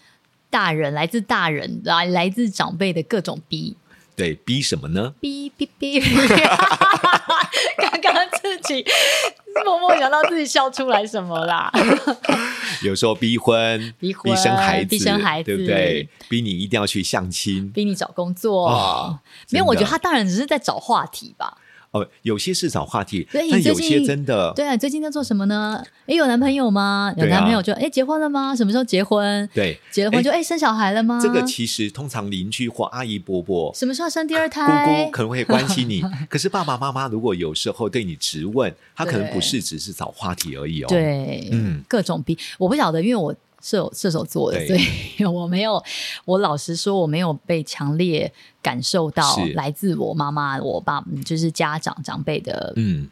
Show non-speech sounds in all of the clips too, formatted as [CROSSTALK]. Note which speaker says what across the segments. Speaker 1: 大人来自大人来来自长辈的各种逼
Speaker 2: 对，逼什么呢？
Speaker 1: 哔哔哔哔，刚刚自己默默想到自己笑出来什么啦。
Speaker 2: 有时候逼婚，
Speaker 1: 逼婚
Speaker 2: 生孩子，
Speaker 1: 逼生孩子
Speaker 2: 对不对？逼你一定要去相亲。
Speaker 1: 逼你找工作，
Speaker 2: 哦
Speaker 1: 没有，
Speaker 2: 真的
Speaker 1: 我觉得他当然只是在找话题吧。
Speaker 2: 哦，有些是找话题，
Speaker 1: 对
Speaker 2: 但
Speaker 1: 最
Speaker 2: 有些
Speaker 1: 近
Speaker 2: 真的，
Speaker 1: 对啊，你最近在做什么呢？哎，有男朋友吗？有
Speaker 2: 对啊
Speaker 1: 男朋友就哎、诶结婚了吗？什么时候结婚？
Speaker 2: 对
Speaker 1: 结了婚
Speaker 2: 诶
Speaker 1: 就哎、诶生小孩了吗？
Speaker 2: 这个其实通常邻居或阿姨、伯伯、
Speaker 1: 什么时候生第二
Speaker 2: 姑
Speaker 1: 胎？
Speaker 2: 姑可能会关心你。 [LAUGHS] 可是爸爸妈妈如果有时候对你质问，他可能
Speaker 1: 对
Speaker 2: 不是只是找话题而已哦。，
Speaker 1: 对，
Speaker 2: 嗯
Speaker 1: 各种逼，我不晓得，因为我射手射手座的，
Speaker 2: 对
Speaker 1: 所以我没有，我老实说，我没有被强烈感受到
Speaker 2: 是
Speaker 1: 来自我妈妈、我爸，嗯就是家长长辈的
Speaker 2: 嗯，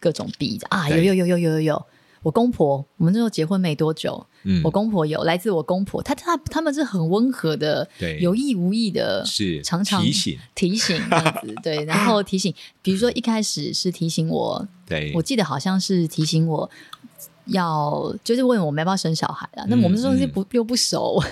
Speaker 1: 各种逼啊，有
Speaker 2: 对
Speaker 1: 有有有有有有，我公婆，我们那时候结婚没多久，
Speaker 2: 嗯
Speaker 1: 我公婆有来自我公婆，她她他们是很温和的，
Speaker 2: 对
Speaker 1: 有意无意的，
Speaker 2: 是
Speaker 1: 常常
Speaker 2: 提醒，
Speaker 1: 提醒这样子，对，然后提醒，比如说一开始是提醒我，
Speaker 2: 对，
Speaker 1: 我记得好像是提醒我。要就是问我们要不要生小孩啊啦，那我们那时候
Speaker 2: 嗯
Speaker 1: 是不、又不
Speaker 2: [LAUGHS]
Speaker 1: 熟，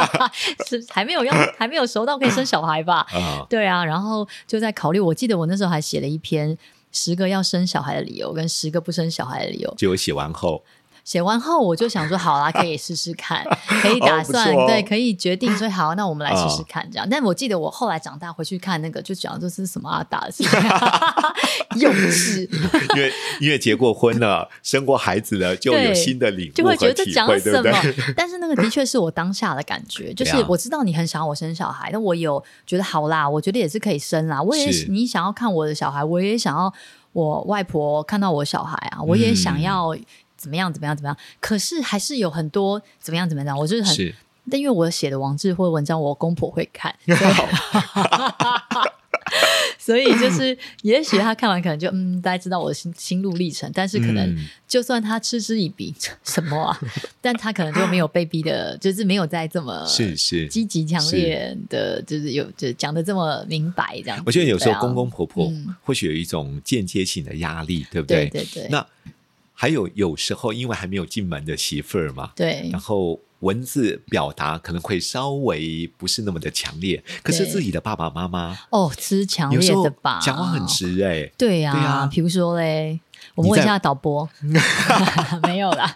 Speaker 1: [LAUGHS] 是还没有要还没有熟到可以生小孩
Speaker 2: [LAUGHS]
Speaker 1: 吧？
Speaker 2: 啊，
Speaker 1: [LAUGHS] 对啊，然后就在考虑，我记得我那时候还写了一篇十个要生小孩的理由跟十个不生小孩的理由，
Speaker 2: 结果写完后，
Speaker 1: 写完后，我就想说，好啦，可以试试
Speaker 2: [LAUGHS]
Speaker 1: 看，可以打算，
Speaker 2: 哦不错哦哦
Speaker 1: 对，可以决定说好，那我们来试试看这样。但我记得我后来长大回去看那个，就讲这是什么阿达
Speaker 2: [LAUGHS]
Speaker 1: 的事情， [LAUGHS] 幼稚，
Speaker 2: 因
Speaker 1: [LAUGHS]
Speaker 2: 为因为结过婚了，生过孩子了，就有
Speaker 1: 对
Speaker 2: 新的领
Speaker 1: 就
Speaker 2: 悟
Speaker 1: 会觉
Speaker 2: 和
Speaker 1: 得这
Speaker 2: 体
Speaker 1: 讲
Speaker 2: 会，对
Speaker 1: 什
Speaker 2: 不
Speaker 1: 么 [LAUGHS]
Speaker 2: 对？？
Speaker 1: 但是那个的确是我当下的感
Speaker 2: [LAUGHS]
Speaker 1: 觉，就是
Speaker 2: 对啊
Speaker 1: 我知道你很想要我生小孩，但我有觉得好啦，我觉得也是可以生啦。我也
Speaker 2: 是
Speaker 1: 你想要看我的小孩，我也想要我外婆看到我小孩啊，我也
Speaker 2: 嗯
Speaker 1: 想要。怎么样？怎么样？怎么样？可是还是有很多怎么样？怎么样？我就是很
Speaker 2: [LAUGHS] 是
Speaker 1: 但因为我写的王志辉文章，我公婆会
Speaker 2: [LAUGHS]
Speaker 1: 看，所
Speaker 2: [LAUGHS]
Speaker 1: 以 [LAUGHS] 就是也许他看完可能就嗯，大家知道我的心心路历程，但是可能
Speaker 2: 嗯
Speaker 1: 就算他嗤之以鼻， [LAUGHS] 什么啊，但他可能就没有被逼
Speaker 2: [LAUGHS]
Speaker 1: 的，就是没有在这么
Speaker 2: 是是，
Speaker 1: 积极强烈的，就是有就讲的这么明白这样子。
Speaker 2: 我觉得有时
Speaker 1: 对
Speaker 2: 候
Speaker 1: 啊
Speaker 2: 公公婆婆
Speaker 1: 嗯
Speaker 2: 或许有一种间接性的压力，对不
Speaker 1: 对对对，
Speaker 2: 那还有有时候因为还没有进门的媳妇儿嘛，
Speaker 1: 对
Speaker 2: 然后文字表达可能会稍微不是那么的强烈，可是
Speaker 1: 对
Speaker 2: 自己的爸爸妈妈
Speaker 1: 哦，吃强
Speaker 2: 有
Speaker 1: 烈
Speaker 2: 时候
Speaker 1: 的吧，
Speaker 2: 讲话很直哎、
Speaker 1: 对呀、
Speaker 2: 对啊
Speaker 1: 比如说嘞，我们问一
Speaker 2: 你在
Speaker 1: 下导
Speaker 2: [LAUGHS]
Speaker 1: 播，没有啦，？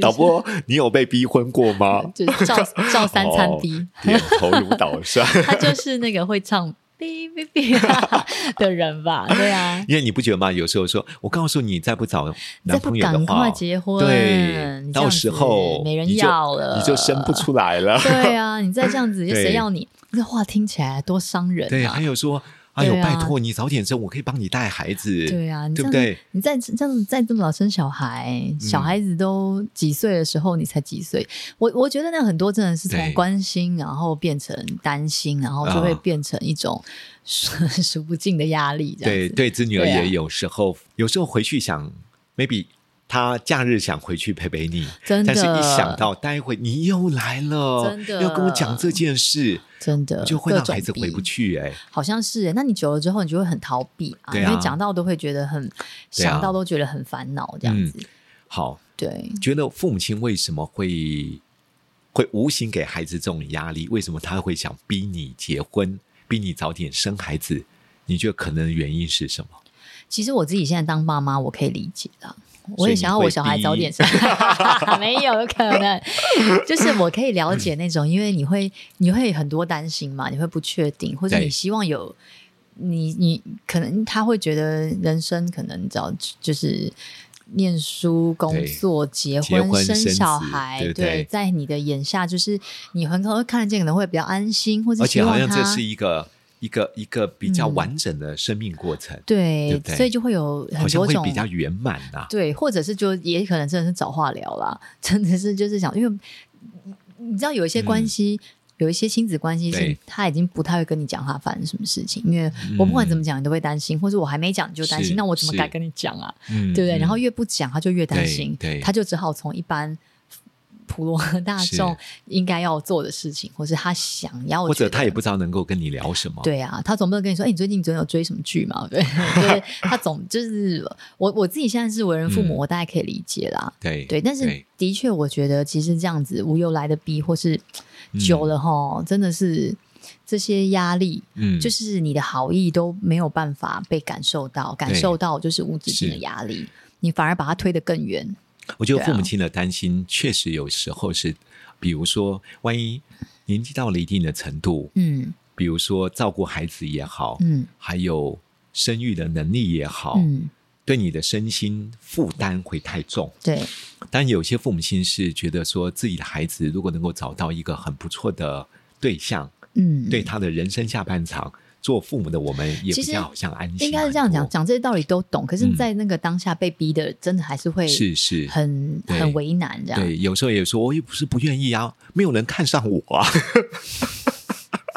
Speaker 2: 导播，你有被逼婚过吗
Speaker 1: [LAUGHS] 就是照照 [LAUGHS] 三餐逼。
Speaker 2: 哦点头如捣蒜。
Speaker 1: 他就是那个会唱哔哔哔 [LAUGHS] 的人吧？对啊，
Speaker 2: 因为你不觉得吗？有时候说，我告诉你，再不找
Speaker 1: 你再
Speaker 2: 男
Speaker 1: 不
Speaker 2: 朋友
Speaker 1: 赶
Speaker 2: 的话，哦
Speaker 1: 快结婚，
Speaker 2: 对
Speaker 1: 你，这
Speaker 2: 到
Speaker 1: 样子
Speaker 2: 时候
Speaker 1: 没人
Speaker 2: 你就
Speaker 1: 要了，
Speaker 2: 你就生不。出来了。
Speaker 1: [LAUGHS] 对啊，你再这样子，
Speaker 2: [LAUGHS] 对
Speaker 1: 谁要你？这话听起来多伤人
Speaker 2: 对，
Speaker 1: 啊
Speaker 2: 还！有说，哎呦，
Speaker 1: 对啊
Speaker 2: 拜托你早点生，我可以帮你带孩子。
Speaker 1: 对啊，你这
Speaker 2: 对不
Speaker 1: 样
Speaker 2: 对？嗯
Speaker 1: 你再这样再这么老生小孩，小孩子都几岁的时候，你才几岁？我我觉得那很多真的是从
Speaker 2: 对
Speaker 1: 关心，然后变成担心，然后就会
Speaker 2: 啊
Speaker 1: 变成一种数 [LAUGHS] 数不尽的压力。这样
Speaker 2: 对
Speaker 1: 子
Speaker 2: 对，子女儿
Speaker 1: 对啊
Speaker 2: 也有时候，有时候回去想，maybe 他假日想回去陪陪你，
Speaker 1: 真的
Speaker 2: 但是一想到待会你又来了，
Speaker 1: 真的
Speaker 2: 要跟我讲这件事，
Speaker 1: 真的
Speaker 2: 我就会让
Speaker 1: 各种
Speaker 2: 孩子
Speaker 1: 逼
Speaker 2: 回不去、哎，
Speaker 1: 好像是欸耶，那你久了之后，你就会很逃避啊，
Speaker 2: 对
Speaker 1: 因
Speaker 2: 啊
Speaker 1: 为讲到都会觉得很，
Speaker 2: 对啊嗯
Speaker 1: 想到都觉得很烦恼这样子。
Speaker 2: 好，
Speaker 1: 对，
Speaker 2: 觉得父母亲为什么会会无形给孩子这种压力？为什么他会想逼你结婚，逼你早点生孩子？你觉得可能原因是什么？
Speaker 1: 其实我自己现在当爸妈，我可以理解啦。我
Speaker 2: 所以
Speaker 1: 也
Speaker 2: 你
Speaker 1: 想要我小孩
Speaker 2: 会逼
Speaker 1: 早
Speaker 2: [LAUGHS]
Speaker 1: 点生，没有可能，就是我可以了解那种，因为你会你会很多担心嘛，你会不确定，或者
Speaker 2: 对
Speaker 1: 你希望有你你可能他会觉得人生可能只要就是念书、工作、结
Speaker 2: 结婚
Speaker 1: 生
Speaker 2: 生子
Speaker 1: 小孩，
Speaker 2: 对不对
Speaker 1: 在你的眼下，就是你很可能会看得见，可能会比较安心，或者
Speaker 2: 而
Speaker 1: 希
Speaker 2: 且
Speaker 1: 望
Speaker 2: 好像这
Speaker 1: 他
Speaker 2: 是一个一个一个比较
Speaker 1: 嗯
Speaker 2: 完整的生命过程，
Speaker 1: 对，
Speaker 2: 对不对
Speaker 1: 所以就会有很
Speaker 2: 好像
Speaker 1: 多
Speaker 2: 会
Speaker 1: 种
Speaker 2: 比较圆满呐、
Speaker 1: 对，或者是就也可能真的是找化疗啦，真的是就是想，因为你知道有一些关系，有一些亲子关系是
Speaker 2: 嗯对
Speaker 1: 他已经不太会跟你讲他发生什么事情，因为我不管怎么讲，你都会担心，或者我还没讲你就担
Speaker 2: 嗯是
Speaker 1: 心，那我怎么
Speaker 2: 是
Speaker 1: 敢跟你讲啊？
Speaker 2: 嗯
Speaker 1: 对不对？然后
Speaker 2: 嗯
Speaker 1: 越不讲，他就越担心，
Speaker 2: 对对
Speaker 1: 他就只好从一般普罗大众
Speaker 2: 是
Speaker 1: 应该要做的事情，或是他想要，
Speaker 2: 或者他也不。知道能够跟你聊什么，
Speaker 1: 对啊，他总不能跟你说，哎、你最近总有追什么剧嘛？对， [LAUGHS] 就是他总就是我我自己现在是为人父母，
Speaker 2: 嗯
Speaker 1: 我大概可以理解啦。
Speaker 2: 对
Speaker 1: 对，但是的确，我觉得其实这样子无由来的逼，或是
Speaker 2: 嗯
Speaker 1: 久了哈，真的是这些压力，
Speaker 2: 嗯，
Speaker 1: 就是你的好意都没有办法被感受到，感受到就是无止境的
Speaker 2: 是
Speaker 1: 压力，你反而把它推得更远。
Speaker 2: 我觉得
Speaker 1: 对啊
Speaker 2: 父母亲的担心确实有时候是，比如说，万一年纪到了一定的程度，
Speaker 1: 嗯
Speaker 2: 比如说照顾孩子也好，
Speaker 1: 嗯
Speaker 2: 还有生育的能力也好，
Speaker 1: 嗯，
Speaker 2: 对你的身心负担会太重。
Speaker 1: 对，
Speaker 2: 但有些父母亲是觉得说，自己的孩子如果能够找到一个很不错的对象，
Speaker 1: 嗯
Speaker 2: 对。他的人生下半场，做父母的我们也
Speaker 1: 其
Speaker 2: 比
Speaker 1: 实
Speaker 2: 较好像安心。
Speaker 1: 应该是这样讲，，讲这些道理都懂，可是，
Speaker 2: 嗯
Speaker 1: 在那个当下被逼的，真的还是会
Speaker 2: 是是，
Speaker 1: 很
Speaker 2: 对
Speaker 1: 很为难这样。
Speaker 2: 对，有时候也说，我也不是不愿意啊，没有人看上我
Speaker 1: [LAUGHS]
Speaker 2: 啊。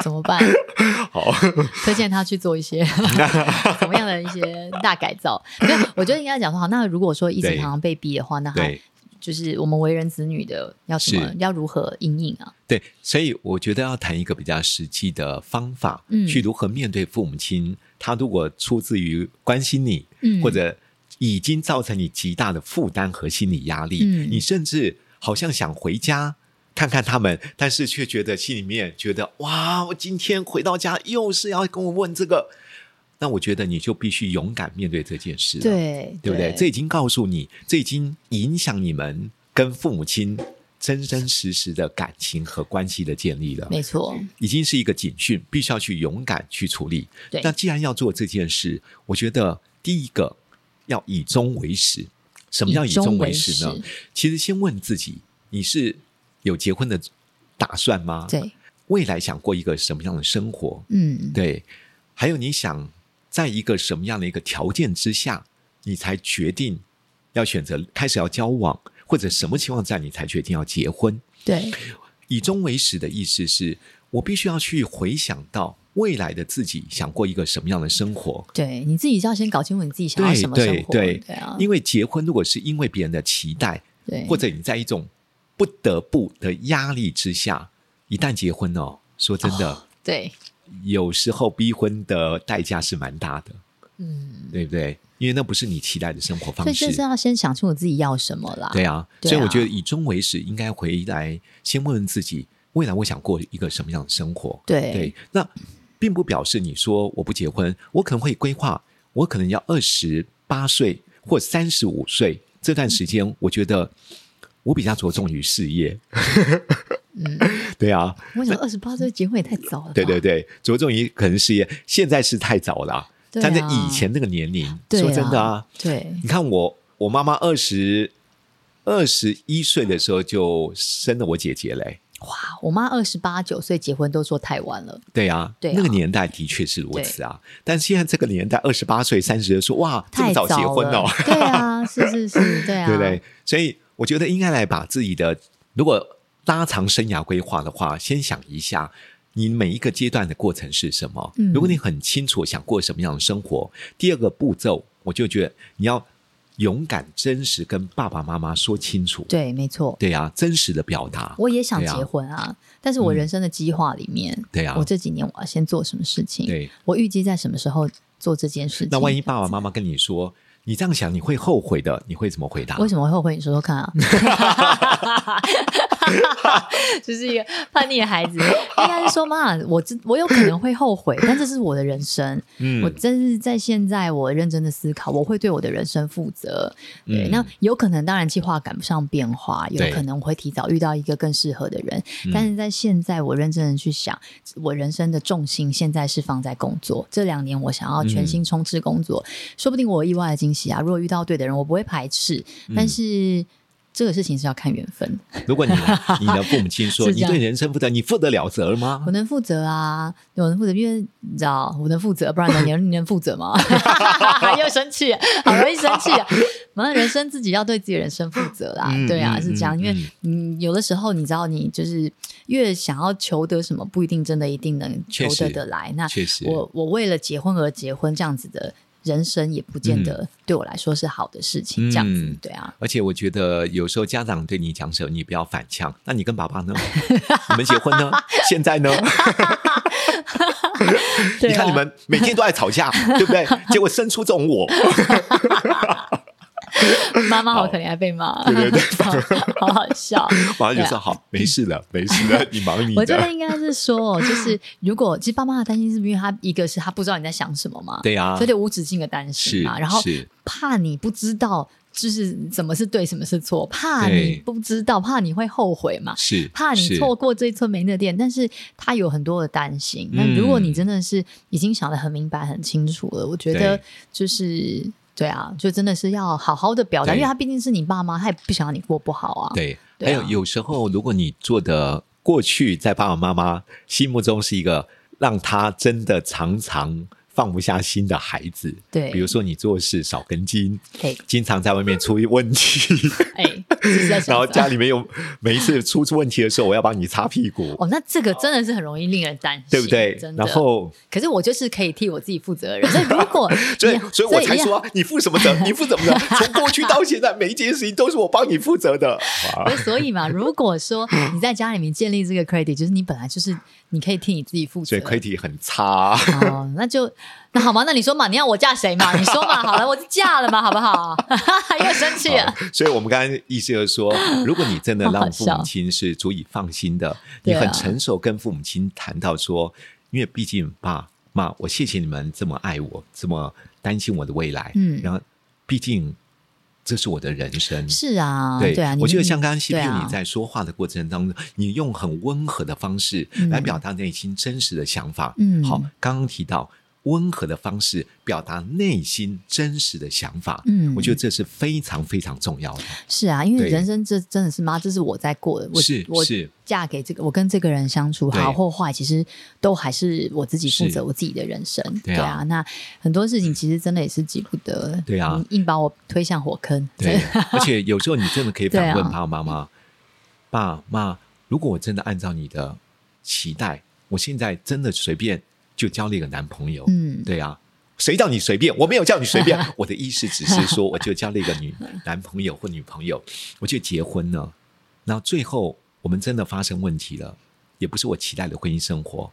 Speaker 1: 怎么办？
Speaker 2: [LAUGHS] 好，
Speaker 1: [LAUGHS] 推荐他去做一
Speaker 2: [LAUGHS]
Speaker 1: 些怎么样的一些大改造？没有，我觉得应该讲说好。那如果说一直
Speaker 2: 对
Speaker 1: 常常被逼的话，那他
Speaker 2: 对
Speaker 1: 就是我们为人子女的要什么
Speaker 2: 是，
Speaker 1: 要如何应应啊？
Speaker 2: 对，所以我觉得要谈一个比较实际的方法，
Speaker 1: 嗯
Speaker 2: 去如何面对父母亲，他如果出自于关心你，
Speaker 1: 嗯
Speaker 2: 或者已经造成你极大的负担和心理压力，
Speaker 1: 嗯
Speaker 2: 你甚至好像想回家。看看他们，但是却觉得心里面觉得哇，我今天回到家又是要跟我问这个，那我觉得你就必须勇敢面对这件事了。
Speaker 1: 对
Speaker 2: 啊对不对？这已经告诉你，这已经影响你们跟父母亲真真实实的感情和关系的建立了，
Speaker 1: 没
Speaker 2: [LAUGHS]
Speaker 1: 错，
Speaker 2: 已经是一个警讯，必须要去勇敢去处理。
Speaker 1: 对
Speaker 2: 那既然要做这件事，我觉得第一个要以终为始。什么叫以终为始
Speaker 1: 以
Speaker 2: 呢
Speaker 1: 终为？
Speaker 2: 其实先问自己，你是有结婚的打算吗？
Speaker 1: 对，
Speaker 2: 未来想过一个什么样的生活？
Speaker 1: 嗯，
Speaker 2: 对，还有你想在一个什么样的一个条件之下，你才决定要选择开始要交往，或者什么情况下你才决定要结婚？
Speaker 1: 对，
Speaker 2: 以终为始的意思是我必须要去回想到未来的自己想过一个什么样的生活。
Speaker 1: 对，你自己要先搞清楚你自己想要
Speaker 2: 对
Speaker 1: 什么生
Speaker 2: 对
Speaker 1: 活，
Speaker 2: 对
Speaker 1: 对啊，
Speaker 2: 因为结婚如果是因为别人的期待，
Speaker 1: 对
Speaker 2: 或者你在一种不得不的压力之下，一旦结婚哦，说真的，
Speaker 1: 对，
Speaker 2: 有时候逼婚的代价是蛮大的。
Speaker 1: 嗯，
Speaker 2: 对不对？因为那不是你期待的生活
Speaker 1: 所
Speaker 2: 方
Speaker 1: 以就是
Speaker 2: 式。
Speaker 1: 要先想清楚自己要什么啦。
Speaker 2: 对啊，
Speaker 1: 对啊
Speaker 2: 所以我觉得以终为始，应该回来先问问自己，未来我想过一个什么样的生活？
Speaker 1: 对
Speaker 2: 那并不表示你说我不结婚，我可能会规划，我可能要二十八岁或三十五岁这段时间，我觉得我比较着重于事业。
Speaker 1: 嗯
Speaker 2: [LAUGHS] 对啊，
Speaker 1: 我想二十八岁结婚也太早了吧，
Speaker 2: 对对对，着重于可能事业，现在是太早了啊。
Speaker 1: 对啊
Speaker 2: 但在以前那个年龄，
Speaker 1: 对
Speaker 2: 说真的啊
Speaker 1: 啊，对，
Speaker 2: 你看我，我妈妈二十二十一岁的时候就生了我姐姐嘞。
Speaker 1: 哇，我妈二十八九岁结婚都说太晚了，
Speaker 2: 对啊，
Speaker 1: 对啊
Speaker 2: 那个年代的确是如此啊。但现在这个年代，二十八岁、三十说哇，这么
Speaker 1: 太
Speaker 2: 早结婚
Speaker 1: 了
Speaker 2: 哦，， [LAUGHS]
Speaker 1: 对啊，是是是，对啊，
Speaker 2: 对不对？所以我觉得应该来把自己的如果拉长生涯规划的话，先想一下。你每一个阶段的过程是什么？
Speaker 1: 嗯
Speaker 2: 如果你很清楚想过什么样的生活，第二个步骤，我就觉得你要勇敢、真实跟爸爸妈妈说清楚。
Speaker 1: 对没错。
Speaker 2: 对啊，真实的表达。
Speaker 1: 我也想
Speaker 2: 对啊嗯
Speaker 1: 结婚啊，但是我人生的计划里面，
Speaker 2: 对啊
Speaker 1: 我这几年我要先做什么事情？
Speaker 2: 对，
Speaker 1: 我预计在什么时候做这件事情？
Speaker 2: 那万一爸爸妈妈跟你说你这样想你会后悔的，你会怎么回答？
Speaker 1: 为什么会后悔？你说说看啊！ [LAUGHS] 就是一个叛逆的孩子，应该是说妈，我知我有可能会后悔，但这是我的人生，
Speaker 2: 嗯
Speaker 1: 我真是在现在我认真的思考，我会对我的人生负责。对，
Speaker 2: 嗯
Speaker 1: 那有可能当然计划赶不上变化，有
Speaker 2: 对嗯
Speaker 1: 可能我会提早遇到一个更适合的人，但是在现在我认真的去想，我人生的重心现在是放在工作，这两年我想要
Speaker 2: 嗯
Speaker 1: 全心冲
Speaker 2: 嗯
Speaker 1: 刺工作，说不定我有意外的惊喜啊！如果遇到对的人，我不会排斥，但是这个事情是要看缘分。
Speaker 2: [LAUGHS] 如果你的你的父母亲说
Speaker 1: 是这
Speaker 2: 你
Speaker 1: 样
Speaker 2: 对人生负责，你负得了责吗
Speaker 1: 我？能负责啊，我能负责，因为你知道我能负责，不然能你能你能负责吗？ [LAUGHS] 又生气，好容易生气。 [LAUGHS] 反正人生自己要对自己的人生负责啦，
Speaker 3: 嗯
Speaker 1: 对啊，
Speaker 3: 嗯
Speaker 1: 是这样。
Speaker 2: 嗯
Speaker 1: 因为
Speaker 2: 嗯
Speaker 1: 嗯，有的时候你知道，你就是越想要求得什么，不一定真的一定能求
Speaker 2: 确实
Speaker 1: 得得来。那
Speaker 2: 确实，
Speaker 1: 我我为了结婚而结婚，这样子的人生也不见得对我来说是好的事情。这样子
Speaker 2: 嗯，
Speaker 1: 对啊，
Speaker 2: 而且我觉得有时候家长对你讲什么，你不要反
Speaker 1: [LAUGHS]
Speaker 2: 呛。那你跟爸爸呢？你们结婚呢？现在呢？
Speaker 1: 对
Speaker 2: 你看
Speaker 1: 啊
Speaker 2: 你们每天都在吵架， [LAUGHS] 对
Speaker 1: [LAUGHS]
Speaker 2: 不对？结果生出这种我，
Speaker 1: 妈妈好
Speaker 2: 好
Speaker 1: 可怜，还被骂， [LAUGHS]
Speaker 2: 对对对
Speaker 1: 好好笑。
Speaker 2: 马上就
Speaker 1: 对啊
Speaker 2: 说好，没事了，没事了，你忙你
Speaker 1: [LAUGHS] 我觉
Speaker 2: 的
Speaker 1: 得。应该是说，就是如果其实爸妈的担心，是不是因为他一个是他不知道你在想什么嘛，
Speaker 2: 对啊
Speaker 1: 所以，就无止境的担
Speaker 2: 是
Speaker 1: 心嘛，然后
Speaker 2: 是
Speaker 1: 怕你不知道就是怎么是对，什么是错，怕
Speaker 2: 对
Speaker 1: 你不知道，怕你会后悔嘛，
Speaker 2: 是
Speaker 1: 怕你
Speaker 2: 是
Speaker 1: 错过这一村没那店，但是他有很多的担心。那、
Speaker 2: 嗯
Speaker 1: 如果你真的是已经想得很明白、很清楚了，我觉得
Speaker 2: 对
Speaker 1: 就是。对啊，就真的是要好好的表达，
Speaker 2: 对
Speaker 1: 因为他毕竟是你爸妈，他也不想让你过不好啊。
Speaker 2: 对，
Speaker 1: 对
Speaker 2: 还有
Speaker 1: 啊
Speaker 2: 有时候，如果你做的过去在爸爸妈妈心目中是一个让他真的常常放不下心的孩子，
Speaker 1: 对
Speaker 2: 比如说你做事少根筋，
Speaker 1: 哎
Speaker 2: 经常在外面出
Speaker 1: [LAUGHS]
Speaker 2: 问题，
Speaker 1: 哎，是在想
Speaker 2: [LAUGHS] 然后
Speaker 1: 什么
Speaker 2: 家里面有每一次出问题的时候，我要帮你擦屁股，
Speaker 1: 哦，那这个真的是很容易令人担心，
Speaker 2: 对不对
Speaker 1: 真？的。
Speaker 2: 然，后，
Speaker 1: 可是我就是可以替我自己负责的人，所以如
Speaker 2: [LAUGHS]
Speaker 1: 果
Speaker 2: 所以
Speaker 1: 你，
Speaker 2: 所以我才
Speaker 1: 一样
Speaker 2: 说啊你负什么
Speaker 1: [LAUGHS]
Speaker 2: 责？你负什么责？从过去到现在，每一件事情都是我帮你负责的。哇
Speaker 1: 对所以嘛，如果说你在家里面建立这个 credit，就是你本来就是你可以替你自己负责
Speaker 2: 所以。亏体很差。啊
Speaker 1: 哦，那就那好嘛，那你说嘛，你要我嫁谁嘛？你说嘛，好了，我就嫁了嘛，好不好？ [LAUGHS] 又生气了
Speaker 2: 好，所以我们刚刚意思就
Speaker 1: [LAUGHS]
Speaker 2: 是说，如果你真的让父
Speaker 1: 好好笑
Speaker 2: 母亲是足以放心的，
Speaker 1: 对
Speaker 2: 你
Speaker 1: 啊
Speaker 2: 很成熟跟父母亲谈到说，因为毕竟爸妈，我谢谢你们这么爱我，这么担心我的未来，
Speaker 1: 嗯
Speaker 2: 然后毕竟这是我的人生。
Speaker 1: 是啊，
Speaker 2: 对
Speaker 1: 啊，你
Speaker 2: 我觉得
Speaker 1: 们
Speaker 2: 像刚刚西
Speaker 1: 对
Speaker 2: P
Speaker 1: 啊
Speaker 2: 你在说话的过程当中，你用很温和的方式
Speaker 1: 嗯
Speaker 2: 来表达内心真实的想法。
Speaker 1: 嗯
Speaker 2: 好，刚刚提到温和的方式表达内心真实的想法，
Speaker 1: 嗯
Speaker 2: 我觉得这是非常非常重要的。
Speaker 1: 是啊，因为
Speaker 2: 对
Speaker 1: 人生这真的是妈，这是我在过的，我
Speaker 2: 是
Speaker 1: 我 [LAUGHS]
Speaker 2: 是
Speaker 1: 嫁给这个，我跟这个人相处
Speaker 2: 对
Speaker 1: 好或坏，其实都还是我自己负
Speaker 2: 是
Speaker 1: 责我自己的人生。
Speaker 2: 对啊
Speaker 1: 那很多事情其实真的也是急不得，
Speaker 2: 对啊
Speaker 1: 你硬把我推向火坑。
Speaker 2: 对，而且有时候你真的可以反
Speaker 1: 对
Speaker 2: 问
Speaker 1: 啊
Speaker 2: 爸爸妈妈：“爸妈，如果我真的按照你的期待，我现在真的随便就交了一个男朋友，
Speaker 1: [LAUGHS] 嗯
Speaker 2: 对啊，谁叫你随便？我没有叫你随
Speaker 1: [LAUGHS]
Speaker 2: 便，我的意思只是说，我就交了一个女男朋友或女朋友，我就结婚了。然后最后我们真的发生问题了，也不是我期待的婚姻生活。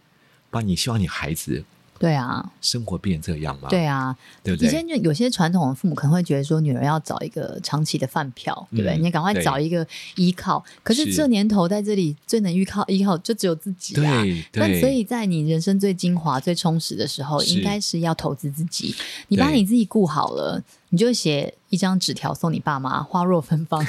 Speaker 2: 爸，你希望你孩子
Speaker 1: 对啊，
Speaker 2: 生活变这样吗？
Speaker 1: 对啊，
Speaker 2: 对不
Speaker 1: 以
Speaker 2: 对
Speaker 1: 前？就有些传统的父母可能会觉得说，女儿要找一个长期的饭票，对不对？
Speaker 2: 嗯
Speaker 1: 你赶快找一个依靠。可是
Speaker 2: 是
Speaker 1: 这年头在这里最能依靠依靠就只有自己啊。
Speaker 2: 对
Speaker 1: 但
Speaker 2: 对，
Speaker 1: 所
Speaker 2: [LAUGHS]
Speaker 1: 以在你人生最精华、最充实的时候，
Speaker 2: 是
Speaker 1: 应该是要投资自己。你
Speaker 2: 对
Speaker 1: 把你自己顾好了，你就写一张纸条送你爸妈：“花若芬
Speaker 2: [LAUGHS]
Speaker 1: 芳，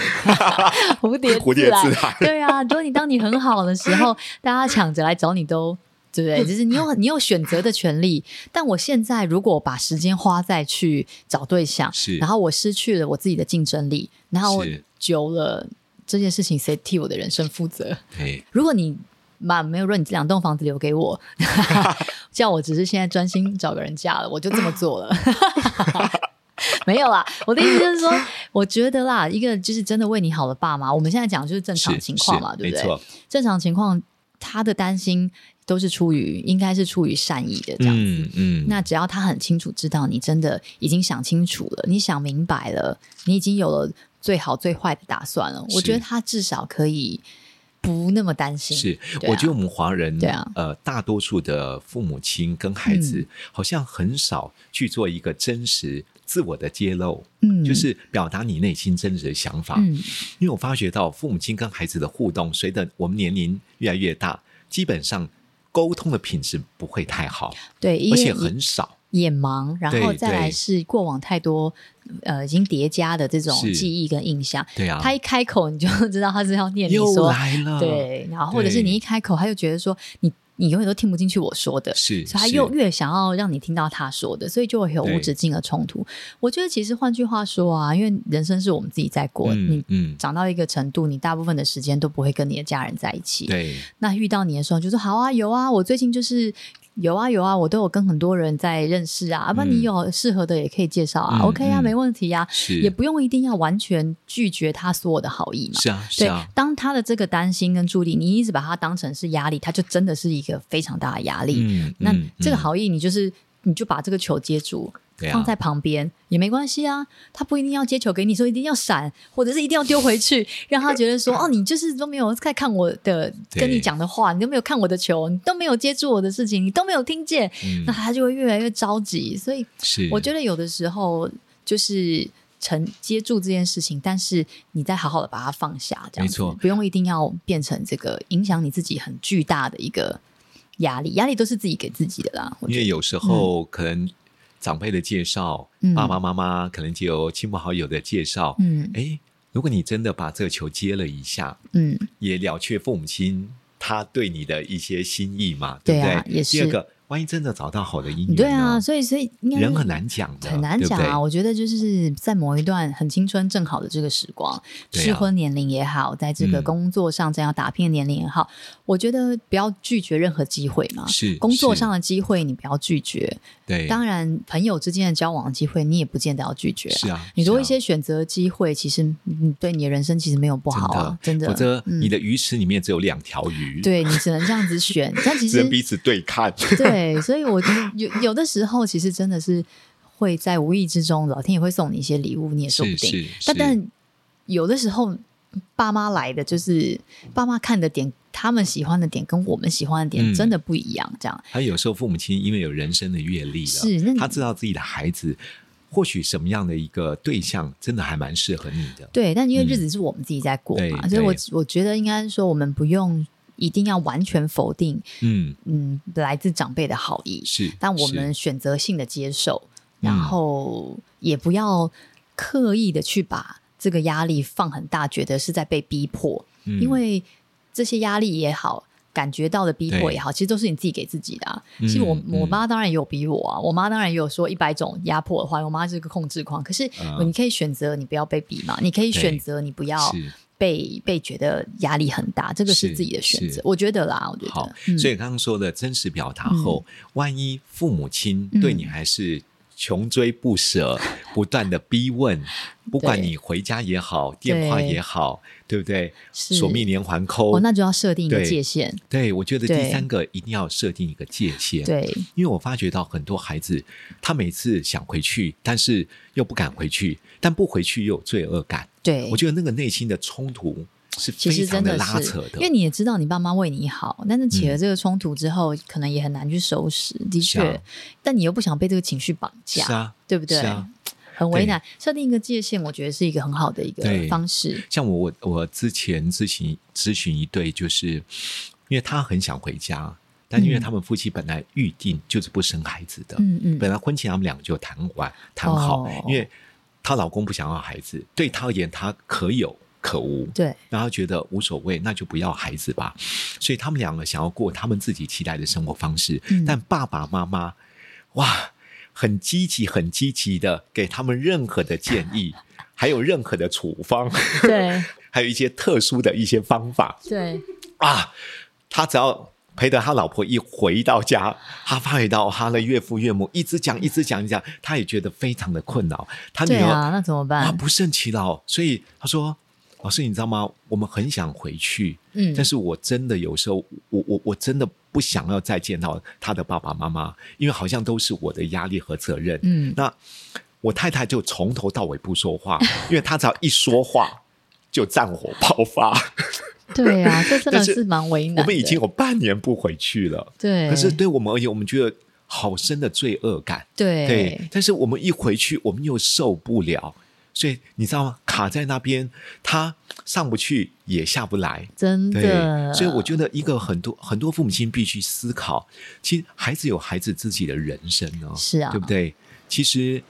Speaker 1: 蝴蝶
Speaker 2: 蝴蝶自
Speaker 1: 来。
Speaker 2: 来
Speaker 1: 对啊，如果你当你很好的时候，大家抢着来找你都。对不对？就是你有你有选择的权利，但我现在如果把时间花在去找对象，
Speaker 2: 是
Speaker 1: 然后我失去了我自己的竞争力，然后
Speaker 2: 是
Speaker 1: 久了这件事情，谁替我的人生负责？
Speaker 2: 对
Speaker 1: 如果你妈没有说你这两栋房子留给
Speaker 2: [LAUGHS]
Speaker 1: 我，叫我只是现在专心找个人嫁了，我就这么做了。 [LAUGHS] 没有啦，我的意思就是
Speaker 2: [LAUGHS]
Speaker 1: 说，我觉得啦，一个就是真的为你好的爸妈，我们现在讲就是正常
Speaker 2: 是
Speaker 1: 情况嘛，
Speaker 2: 是
Speaker 1: 对不
Speaker 2: 没
Speaker 1: 对
Speaker 2: 错？
Speaker 1: 正常情况，他的担心都是出于应该是出于善意的这样子。
Speaker 2: 嗯嗯，
Speaker 1: 那只要他很清楚知道你真的已经想清楚了，你想明白了，你已经有了最好最坏的打算了，我
Speaker 2: 是
Speaker 1: 觉得他至少可以不那么担心。
Speaker 2: 是，
Speaker 1: 对
Speaker 2: 我
Speaker 1: 啊
Speaker 2: 觉得我们华人
Speaker 1: 对啊嗯
Speaker 2: 呃，大多数的父母亲跟孩子好像很少去做一个真实自我的揭露，
Speaker 1: 嗯
Speaker 2: 就是表达你内心真实的想法。
Speaker 1: 嗯，
Speaker 2: 因为我发觉到父母亲跟孩子的互动，随着我们年龄越来越大，基本上沟通的品质不会太好，
Speaker 1: 对，因
Speaker 2: 而
Speaker 1: 为
Speaker 2: 且
Speaker 1: 也
Speaker 2: 很少。
Speaker 1: 也忙，然后
Speaker 2: 对
Speaker 1: 再来
Speaker 2: 对
Speaker 1: 是过往太多呃已经叠加的这种
Speaker 2: 是
Speaker 1: 记忆跟印象。
Speaker 2: 对啊，
Speaker 1: 他一开口你就 [LAUGHS] 知道他是要念你
Speaker 2: 又
Speaker 1: 说
Speaker 2: 来了，
Speaker 1: 对，然后或者是
Speaker 2: 对
Speaker 1: 你一开口他就觉得说你。你永远都听不进去我说的，
Speaker 2: 是，
Speaker 1: 所以他
Speaker 2: 是
Speaker 1: 又越想要让你听到他说的，所以就会有
Speaker 2: 对
Speaker 1: 无止境的冲突。我觉得其实换句话说啊，因为人生是我们自己在过，你
Speaker 2: 嗯，
Speaker 1: 长到一个程度，你大部分的时间都不会跟你的家人在一起。
Speaker 2: 对，
Speaker 1: 那遇到你的时候，就说好啊，有啊，我最近就是有啊有啊，我都有跟很多人在认识啊，啊不然
Speaker 2: 嗯
Speaker 1: 你有适合的也可以介绍啊、
Speaker 2: 嗯
Speaker 1: o k 啊，
Speaker 2: 嗯
Speaker 1: 没问题啊，
Speaker 2: 是
Speaker 1: 也不用一定要完全拒绝他所有的好意嘛。
Speaker 2: 是啊，是
Speaker 1: 对
Speaker 2: 啊，，
Speaker 1: 当他的这个担心跟助力，你一直把它当成是压力，他就真的是一个非常大的压力。
Speaker 2: 嗯
Speaker 1: 那
Speaker 2: 嗯
Speaker 1: 这个
Speaker 2: 嗯
Speaker 1: 好意，你就是你就把这个球接住，
Speaker 2: 对啊
Speaker 1: 放在旁边也没关系啊，他不一定要接球给你，说一定要闪，或者是一定要丢回去， [LAUGHS] 让他觉得说哦，你就是都没有在看我的
Speaker 2: 对
Speaker 1: 跟你讲的话，你都没有看我的球，你都没有接住我的事情，你都没有听见，
Speaker 2: 嗯
Speaker 1: 那他就会越来越着急。所以
Speaker 2: 是，
Speaker 1: 我觉得有的时候就是承接住这件事情，但是你再好好的把它放下，这样子
Speaker 2: 没错
Speaker 1: 不用一定要变成这个影响你自己很巨大的一个压力，压力都是自己给自己的啦。我觉
Speaker 2: 因
Speaker 1: 得
Speaker 2: 为有时候可能长辈的介绍，
Speaker 1: 嗯
Speaker 2: 爸爸妈妈可能就有亲朋好友的介绍，
Speaker 1: 嗯
Speaker 2: 哎，如果你真的把这个球接了一下，
Speaker 1: 嗯，
Speaker 2: 也了却父母亲他对你的一些心意嘛，
Speaker 1: 对
Speaker 2: 不对？
Speaker 1: 啊也是
Speaker 2: 第二个，万一真的找到好的姻缘呢，
Speaker 1: 对啊，所以所以应该
Speaker 2: 人很。难讲的，
Speaker 1: 很难
Speaker 2: 对不
Speaker 1: 讲
Speaker 2: 对
Speaker 1: 啊！我觉得就是在某一段很青春正好的这个时光，
Speaker 2: 对啊
Speaker 1: 适婚年龄也好，在这个
Speaker 2: 嗯
Speaker 1: 工作上正要打拼的年龄也好，我觉得不要拒绝任何机会嘛。
Speaker 2: 是
Speaker 1: 工作
Speaker 2: 是
Speaker 1: 上的机会你不要拒绝，
Speaker 2: 对，
Speaker 1: 当然，朋友之间的交往机会，你也不见得要拒绝、
Speaker 2: 是啊，
Speaker 1: 你多
Speaker 2: 是
Speaker 1: 一
Speaker 2: 啊
Speaker 1: 些选择机会，其实嗯，对你的人生其实没有不好啊，真的。
Speaker 2: 否则
Speaker 1: 嗯
Speaker 2: 你的鱼池里面只有两条鱼，，
Speaker 1: 对你只能这样子选，但其
Speaker 2: 只
Speaker 1: 实
Speaker 2: 能彼此对看。 [LAUGHS]
Speaker 1: 对，所以我觉得有有的时候其实真的是会在无意之中，老天也会送你一些礼物，你也说不定。
Speaker 2: 是
Speaker 1: 但
Speaker 2: 是是
Speaker 1: 但有的时候，爸妈来的就是爸妈看的点，他们喜欢的点跟我们喜欢的点
Speaker 2: 嗯
Speaker 1: 真的不一样，这样
Speaker 2: 还有时候父母亲因为有人生的阅历了，
Speaker 1: 是那你
Speaker 2: 他知道自己的孩子或许什么样的一个对象真的还蛮适合你的。
Speaker 1: 对，但因为
Speaker 2: 嗯
Speaker 1: 日子是我们自己在过
Speaker 2: 对
Speaker 1: 嘛，所以我
Speaker 2: 对
Speaker 1: 我觉得应该说，我们不用一定要完全否定，
Speaker 2: 嗯，
Speaker 1: 嗯，来自长辈的好意，
Speaker 2: 是。
Speaker 1: 但我们
Speaker 2: 是
Speaker 1: 选择性的接受，
Speaker 2: 嗯
Speaker 1: 然后也不要刻意的去把这个压力放很大，觉得是在被逼迫，
Speaker 2: 嗯
Speaker 1: 因为这些压力也好。感觉到的逼迫
Speaker 2: 对
Speaker 1: 也好，其实都是你自己给自己的、啊。其实我
Speaker 2: 嗯嗯
Speaker 1: 我妈当然也有逼我啊，我妈当然也有说一百种压迫的话，我妈是个控制狂。可是
Speaker 2: 嗯
Speaker 1: 你可以选择你不要被逼嘛，你可以
Speaker 2: 对
Speaker 1: 选择你不要
Speaker 2: 是
Speaker 1: 被被觉得压力很大，这个是
Speaker 2: 是
Speaker 1: 自己的选择
Speaker 2: 是。
Speaker 1: 我觉得啦，我觉
Speaker 2: 好
Speaker 1: 得，，嗯、
Speaker 2: 所以刚刚说的真实表达后，万一父母亲
Speaker 1: 嗯
Speaker 2: 对你还是穷追不舍，不断的逼问，
Speaker 1: [LAUGHS]
Speaker 2: 不管你回家也好，电话也好，对不对？
Speaker 1: 是
Speaker 2: 索命连环扣，
Speaker 1: 哦，那就要设定一个
Speaker 2: 对
Speaker 1: 界限。
Speaker 2: 对我觉得第
Speaker 1: 对
Speaker 2: 三个一定要设定一个界限。
Speaker 1: 对，
Speaker 2: 因为我发觉到很多孩子，他每次想回去，但是又不敢回去，但不回去又有罪恶感。
Speaker 1: 对，
Speaker 2: 我觉得那个内心的冲突是
Speaker 1: 其
Speaker 2: 非
Speaker 1: 实
Speaker 2: 常
Speaker 1: 真
Speaker 2: 的
Speaker 1: 是
Speaker 2: 拉扯的，
Speaker 1: 因
Speaker 2: 嗯
Speaker 1: 为你也知道你爸妈为你好，但是起了这个冲突之后，可能也很难去收拾。的
Speaker 2: 是
Speaker 1: 确，
Speaker 2: 啊
Speaker 1: 但你又不想被这个情绪绑架，
Speaker 2: 是啊，
Speaker 1: 对不对？
Speaker 2: 是啊
Speaker 1: 很为难，设定一个界限，我觉得是一个很好的一个
Speaker 2: 对
Speaker 1: 方式。
Speaker 2: 像我我我之前咨询咨询一对，就是因为他很想回家，但因为
Speaker 1: 嗯
Speaker 2: 他们夫妻本来预定就是不生孩子的，
Speaker 1: 嗯嗯，
Speaker 2: 本来婚前他们两个就谈完谈好，
Speaker 1: 哦
Speaker 2: 因为她老公不想要孩子，对她而言她可有可无，
Speaker 1: 对，
Speaker 2: 然后觉得无所谓，那就不要孩子吧。所以他们两个想要过他们自己期待的生活方式，
Speaker 1: 嗯
Speaker 2: 但爸爸妈妈哇，很积极、很积极的给他们任何的建
Speaker 1: [LAUGHS]
Speaker 2: 议，还有任何的处方， [LAUGHS]
Speaker 1: 对，
Speaker 2: 还有一些特殊的一些方法
Speaker 1: 对，
Speaker 2: [LAUGHS] 啊。他只要陪着他老婆一回到家，他发觉到他的岳父岳母一直讲、一直讲、一直讲，他也觉得非常的困扰。他女
Speaker 1: 对
Speaker 2: 儿、
Speaker 1: 啊，那怎么
Speaker 2: 啊，
Speaker 1: 办？
Speaker 2: 不胜其扰。所以他说：“老师，你知道吗？我们很想回去，
Speaker 1: 嗯
Speaker 2: 但是我真的有时候，我我我真的不想要再见到他的爸爸妈妈，因为好像都是我的压力和责任。
Speaker 1: 嗯
Speaker 2: 那我太太就从头到尾不说话， [LAUGHS] 因为她只要一说话。”就战火爆发，
Speaker 1: [LAUGHS] 对啊，这真的
Speaker 2: 但是
Speaker 1: 是蛮为难的。
Speaker 2: 我们已经有半年不回去了。
Speaker 1: 对，
Speaker 2: 可是对我们而言，我们觉得好深的罪恶感。对
Speaker 1: 对，
Speaker 2: 但是我们一回去，我们又受不了，所以你知道吗？卡在那边，他上不去也下不来。
Speaker 1: 真
Speaker 2: 对
Speaker 1: 的，，
Speaker 2: 所以我觉得一个很多很多父母亲必须思考，其实孩子有孩子自己的人生哦，
Speaker 1: 是啊
Speaker 2: 对不对？其实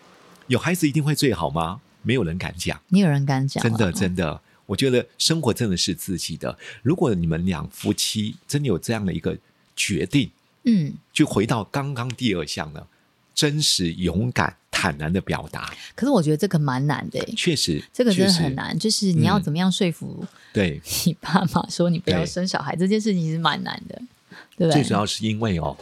Speaker 2: 有孩子一定会最好吗？没有人敢讲，
Speaker 1: 你有人敢讲
Speaker 2: 真的
Speaker 1: 了
Speaker 2: 真的。我觉得生活真的是自己的。如果你们两夫妻真的有这样的一个决定，
Speaker 1: 嗯，
Speaker 2: 就回到刚刚第二项了，真实、勇敢、坦然的表达，
Speaker 1: 可是我觉得这个蛮难的欸，
Speaker 2: 确实，
Speaker 1: 这个真的
Speaker 2: 确实
Speaker 1: 很。难，就是你要
Speaker 2: 嗯
Speaker 1: 怎么样说服
Speaker 2: 对，
Speaker 1: 你爸妈说你不要
Speaker 2: 对
Speaker 1: 生小孩，这件事情是蛮难的，对不
Speaker 2: 最主
Speaker 1: 对？
Speaker 2: 要是因为哦，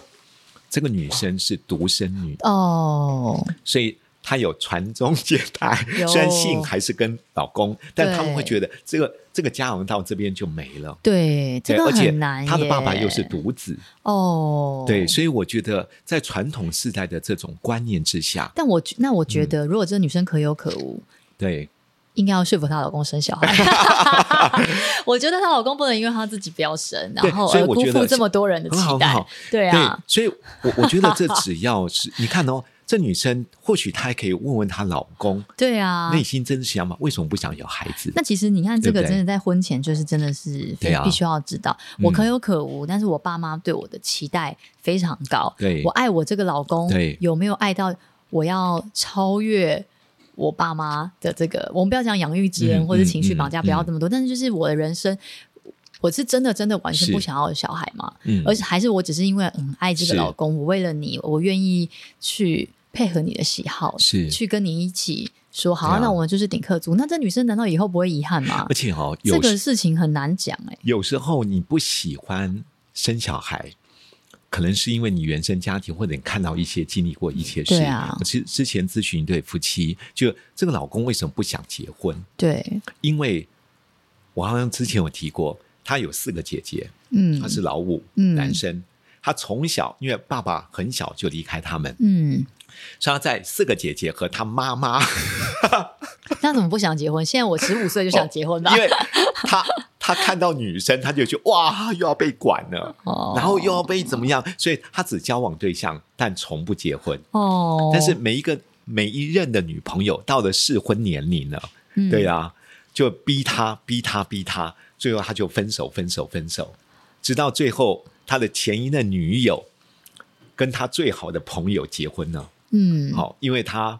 Speaker 2: 这个女生是独生女，
Speaker 1: 哦，
Speaker 2: 所以她有传宗接代
Speaker 1: 有，
Speaker 2: 虽然姓还是跟老公，但
Speaker 1: 对
Speaker 2: 他们会觉得这个这个家人到这边就没了。
Speaker 1: 对，这
Speaker 2: 对，
Speaker 1: 个
Speaker 2: 而且
Speaker 1: 很难耶。
Speaker 2: 她的爸爸又是独子，
Speaker 1: 哦，
Speaker 2: 对，所以我觉得在传统世代的这种观念之下，
Speaker 1: 但我觉那我觉
Speaker 2: 嗯
Speaker 1: 得，如果这个女生可有可无，
Speaker 2: 对，
Speaker 1: 应该要说服她老公生小
Speaker 2: [LAUGHS]
Speaker 1: 孩。我觉得她老公不能因为她自己不要生，
Speaker 2: 对
Speaker 1: 然后
Speaker 2: 所以
Speaker 1: 而
Speaker 2: 我
Speaker 1: 辜
Speaker 2: 觉
Speaker 1: 负
Speaker 2: 得
Speaker 1: 这么多人的期
Speaker 2: 很好很
Speaker 1: 待
Speaker 2: 好。
Speaker 1: 对啊，
Speaker 2: 所以我我觉得这只要是你看哦，这女生或许她还可以问问她老公
Speaker 1: 对啊。
Speaker 2: 内心真实想法，为什么不想有孩子？
Speaker 1: 那其实你看，这个
Speaker 2: 对不对
Speaker 1: 真的在婚前就是真的是
Speaker 2: 对啊
Speaker 1: 必须要知道，
Speaker 2: 嗯
Speaker 1: 我可有可无，但是我爸妈对我的期待非常高。
Speaker 2: 对
Speaker 1: 我爱我这个老公
Speaker 2: 对，
Speaker 1: 有没有爱到我要超越？我爸妈的这个，我们不要讲养育之恩
Speaker 2: 嗯
Speaker 1: 或者情绪
Speaker 2: 嗯
Speaker 1: 绑架，
Speaker 2: 嗯
Speaker 1: 不要这么多。但是就是我的人生，我是真的真的完全
Speaker 2: 是
Speaker 1: 不想要有小孩嘛，
Speaker 2: 嗯
Speaker 1: 而且还是我只是因为很爱这个
Speaker 2: 是
Speaker 1: 老公，我为了你，我愿意去配合你的喜好，
Speaker 2: 是
Speaker 1: 去跟你一起说好、
Speaker 2: 对啊
Speaker 1: 那我们就是顶客族。那这女生难道以后不会遗憾吗
Speaker 2: 而？且哦，
Speaker 1: 这
Speaker 2: 有
Speaker 1: 个
Speaker 2: 时
Speaker 1: 事情很难讲哎、
Speaker 2: 有时候你不喜欢生小孩。可能是因为你原生家庭，或者你看到一些经历过一些事。
Speaker 1: 对啊
Speaker 2: 我之之前咨询一对夫妻，就这个老公为什么不想结婚？
Speaker 1: 对，
Speaker 2: 因为我好像之前有提过，他有四个姐姐，
Speaker 1: 嗯，
Speaker 2: 他是老五，
Speaker 1: 嗯
Speaker 2: 男生。他从小因为爸爸很小就离开他们，
Speaker 1: 嗯，
Speaker 2: 所以他在四个姐姐和他妈妈，
Speaker 1: 那怎么不想结婚？现在我十五岁就想结婚吧
Speaker 2: 哦因，为他他看到女生，他就觉得哇又要被管了，
Speaker 1: 哦
Speaker 2: 然后又要被怎么样，所以他只交往对象，但从不结婚。
Speaker 1: 哦，
Speaker 2: 但是每一个每一任的女朋友到了适婚年龄了，
Speaker 1: 嗯
Speaker 2: 对啊，就逼他逼他逼他，最后他就分手分手分手，直到最后他的前一任女友跟他最好的朋友结婚了。
Speaker 1: 嗯，
Speaker 2: 好、因为他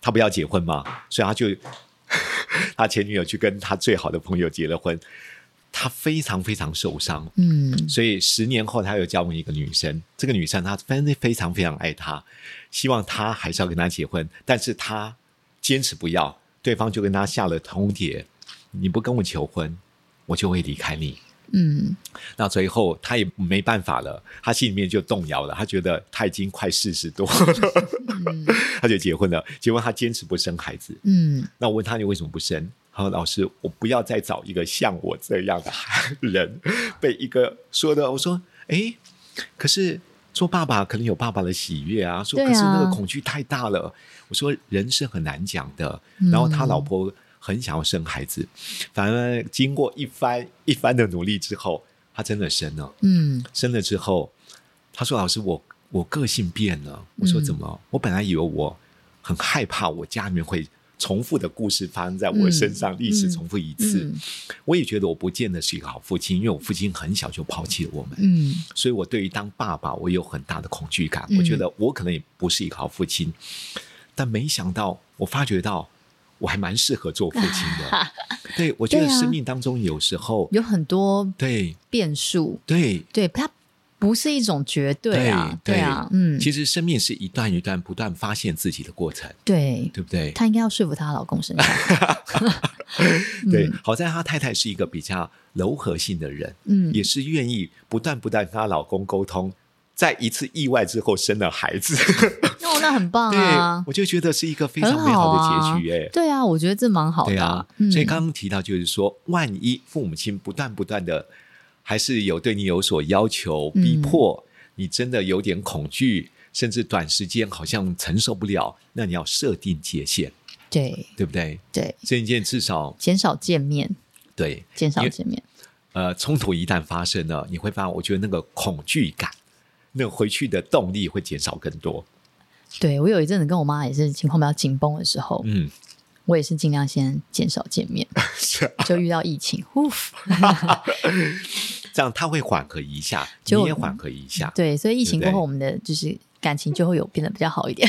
Speaker 2: 他不要结婚嘛，所以他就 [LAUGHS] 他前女友去跟他最好的朋友结了婚，他非常非常受伤。
Speaker 1: 嗯，
Speaker 2: 所以十年后，他又交往一个女生，这个女生她非非常非常爱他，希望他还是要跟他结婚，但是他坚持不要，对方就跟他下了通牒：你不跟我求婚，我就会离开你。
Speaker 1: 嗯，
Speaker 2: 那最后他也没办法了，他心里面就动摇了，他觉得他已经快四十多了， [LAUGHS] 他就结婚了。结婚他坚持不生孩子，
Speaker 1: 嗯，
Speaker 2: 那我问他你为什么不生？他说：“老师，我不要再找一个像我这样的 [LAUGHS] 人，被一个说的。”我说：“诶，可是做爸爸可能有爸爸的喜悦啊。”说：“
Speaker 1: 对啊
Speaker 2: 可是那个恐惧太大了。”我说：“人是很难讲的。
Speaker 1: 嗯”
Speaker 2: 然后他老婆很想要生孩子，反而经过一番一番的努力之后，他真的生了。
Speaker 1: 嗯，
Speaker 2: 生了之后，他说：“老师，我我个性变了。”我说：“
Speaker 1: 嗯
Speaker 2: 怎么？我本来以为我很害怕，我家里面会重复的故事发生在我身上，历史重复一次。
Speaker 1: 嗯
Speaker 2: 我也觉得我不见得是一个好父亲，因为我父亲很小就抛弃了我们，
Speaker 1: 嗯，
Speaker 2: 所以我对于当爸爸，我有很大的恐惧感。
Speaker 1: 嗯
Speaker 2: 我觉得我可能也不是一个好父亲，但没想到我发觉到。”我还蛮适合做父亲
Speaker 1: [LAUGHS]
Speaker 2: 的，对我觉得
Speaker 1: 对啊
Speaker 2: 生命当中有时候，
Speaker 1: 有很多
Speaker 2: 对
Speaker 1: 变数，
Speaker 2: 对，
Speaker 1: 对，它不是一种绝对啊，
Speaker 2: 对
Speaker 1: 对啊，嗯，
Speaker 2: 其实生命是一段一段不断发现自己的过程，
Speaker 1: 对，
Speaker 2: 对不对？
Speaker 1: 她应该要说服她老公
Speaker 2: [LAUGHS]
Speaker 1: 生小孩，嗯
Speaker 2: 对，好在她太太是一个比较柔和性的人，
Speaker 1: 嗯
Speaker 2: 也是愿意不断不断跟她老公沟通。在一次意外之后生了孩子，
Speaker 1: 哦，那很棒
Speaker 2: [LAUGHS] 对
Speaker 1: 啊，，
Speaker 2: 我就觉得是一个非常
Speaker 1: 很
Speaker 2: 美好的结局、哎
Speaker 1: 啊
Speaker 2: 耶。
Speaker 1: 对啊，我觉得这蛮好
Speaker 2: 对
Speaker 1: 的
Speaker 2: 啊，
Speaker 1: 嗯
Speaker 2: 所以刚刚提到就是说，万一父母亲不断不断的还是有对你有所要求、
Speaker 1: 嗯
Speaker 2: 逼迫，你真的有点恐惧，甚至短时间好像承受不了，那你要设定界限，
Speaker 1: 对
Speaker 2: 对不对？
Speaker 1: 对，
Speaker 2: 这一件至少
Speaker 1: 减少见面，
Speaker 2: 对，
Speaker 1: 减
Speaker 2: 因
Speaker 1: 少
Speaker 2: 为
Speaker 1: 见面，
Speaker 2: 呃，冲突一旦发生了，你会发现，我觉得那个恐惧感，那个回去的动力会减少更多。
Speaker 1: 对我有一阵子跟我妈也是情况比较紧绷的时候，
Speaker 2: 嗯，
Speaker 1: 我也是尽量先减少见
Speaker 2: [LAUGHS]
Speaker 1: 面，
Speaker 2: 啊
Speaker 1: 就遇到疫情，呼，
Speaker 2: 这样它会缓和一下，
Speaker 1: 就嗯
Speaker 2: 你也缓和一下。
Speaker 1: 对，所以疫情过
Speaker 2: 对
Speaker 1: 后，我们的就是感情就会有变得比较好一
Speaker 2: [LAUGHS]
Speaker 1: 点，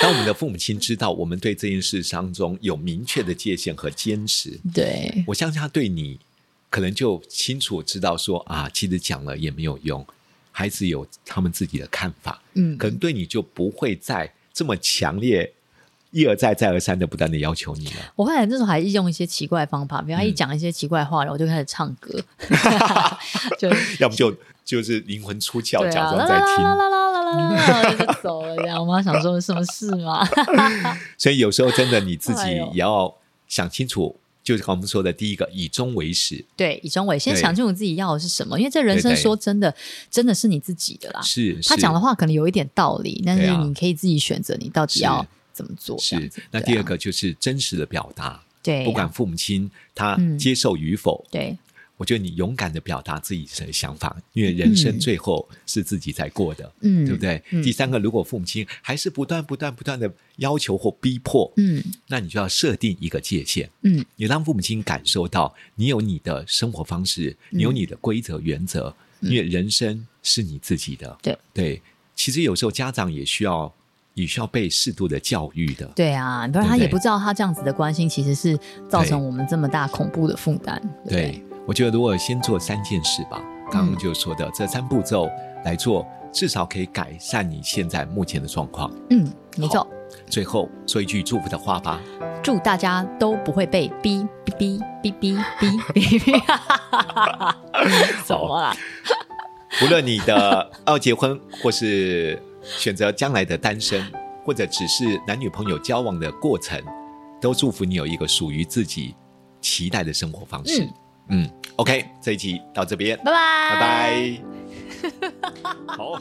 Speaker 2: 当我们的父母亲知道我们对这件事当中有明确的界限和坚持，
Speaker 1: 对，
Speaker 2: 我相信他对你可能就清楚知道说啊，其实讲了也没有用，孩子有他们自己的看法，
Speaker 1: 嗯，
Speaker 2: 可能对你就不会再这么强烈。一而再，再而三的不断的要求你了，
Speaker 1: 我后来那时候还用一些奇怪的方法，比如他一
Speaker 2: 嗯
Speaker 1: 讲一些奇怪的话，然后我就开始唱
Speaker 2: [LAUGHS]
Speaker 1: 歌， [LAUGHS] 就
Speaker 2: 要不就就是灵魂出窍，
Speaker 1: 对
Speaker 2: 假
Speaker 1: 啊，
Speaker 2: 装
Speaker 1: 啦
Speaker 2: 在
Speaker 1: 啦
Speaker 2: 听。
Speaker 1: 啦啦啦啦啦啦，然后就走了。这样，我妈想说有什么事吗？
Speaker 2: 所以有时候真的你自己
Speaker 1: 哎呦
Speaker 2: 也要想清楚，就是刚刚我们说的第一个，以终为始，
Speaker 1: [LAUGHS] 对，以终为先
Speaker 2: 对
Speaker 1: 想清楚自己要的是什么，因为这人
Speaker 2: 对
Speaker 1: 生
Speaker 2: 对
Speaker 1: 说真的，真的是你自己的啦。
Speaker 2: 是
Speaker 1: 啊他
Speaker 2: 是
Speaker 1: 讲的话可能有一点道理，但
Speaker 2: 对
Speaker 1: 是
Speaker 2: 啊
Speaker 1: 你可以自己选择你到底
Speaker 2: 是
Speaker 1: 要怎么做。这样
Speaker 2: 是
Speaker 1: 子。
Speaker 2: 那
Speaker 1: 对
Speaker 2: 第二
Speaker 1: 啊
Speaker 2: 个就是真实的表达，
Speaker 1: 对啊，
Speaker 2: 不管父母亲他
Speaker 1: 嗯
Speaker 2: 接受与否，
Speaker 1: 对
Speaker 2: 我觉得你勇敢的表达自己的想法，因为人生最后是自己在过的，
Speaker 1: 嗯
Speaker 2: 对不对？
Speaker 1: 嗯
Speaker 2: 第三个，如果父母亲还是不断不断不断的要求或逼迫，
Speaker 1: 嗯
Speaker 2: 那你就要设定一个界限。
Speaker 1: 嗯
Speaker 2: 你让父母亲感受到你有你的生活方式，你有你的规则原则，
Speaker 1: 嗯
Speaker 2: 因为人生是你自己的。
Speaker 1: 对
Speaker 2: 对，其实有时候家长也需要，也需要被适度的教育的。
Speaker 1: 对啊，不然他
Speaker 2: 对不对
Speaker 1: 也不知道他这样子的关心其实是造成我们这么大恐怖的负担。不
Speaker 2: 对，嗯我觉得如果先做三件事吧，刚刚就说的这三步骤来做，至少可以改善你现在目前的状况。
Speaker 1: 嗯，没错。
Speaker 2: 最后说一句祝福的话 [LAUGHS] 吧。
Speaker 1: 祝大家都不会被逼逼逼逼逼逼逼，哈哈哈哈！怎么啦？
Speaker 2: 无论你的要结婚，或是选择将来的单身，或者只是男女朋友交往的过程，都祝福你有一个属于自己期待的生活方式。嗯 o k 这一集到这边，
Speaker 1: 拜拜，
Speaker 2: 拜拜。好。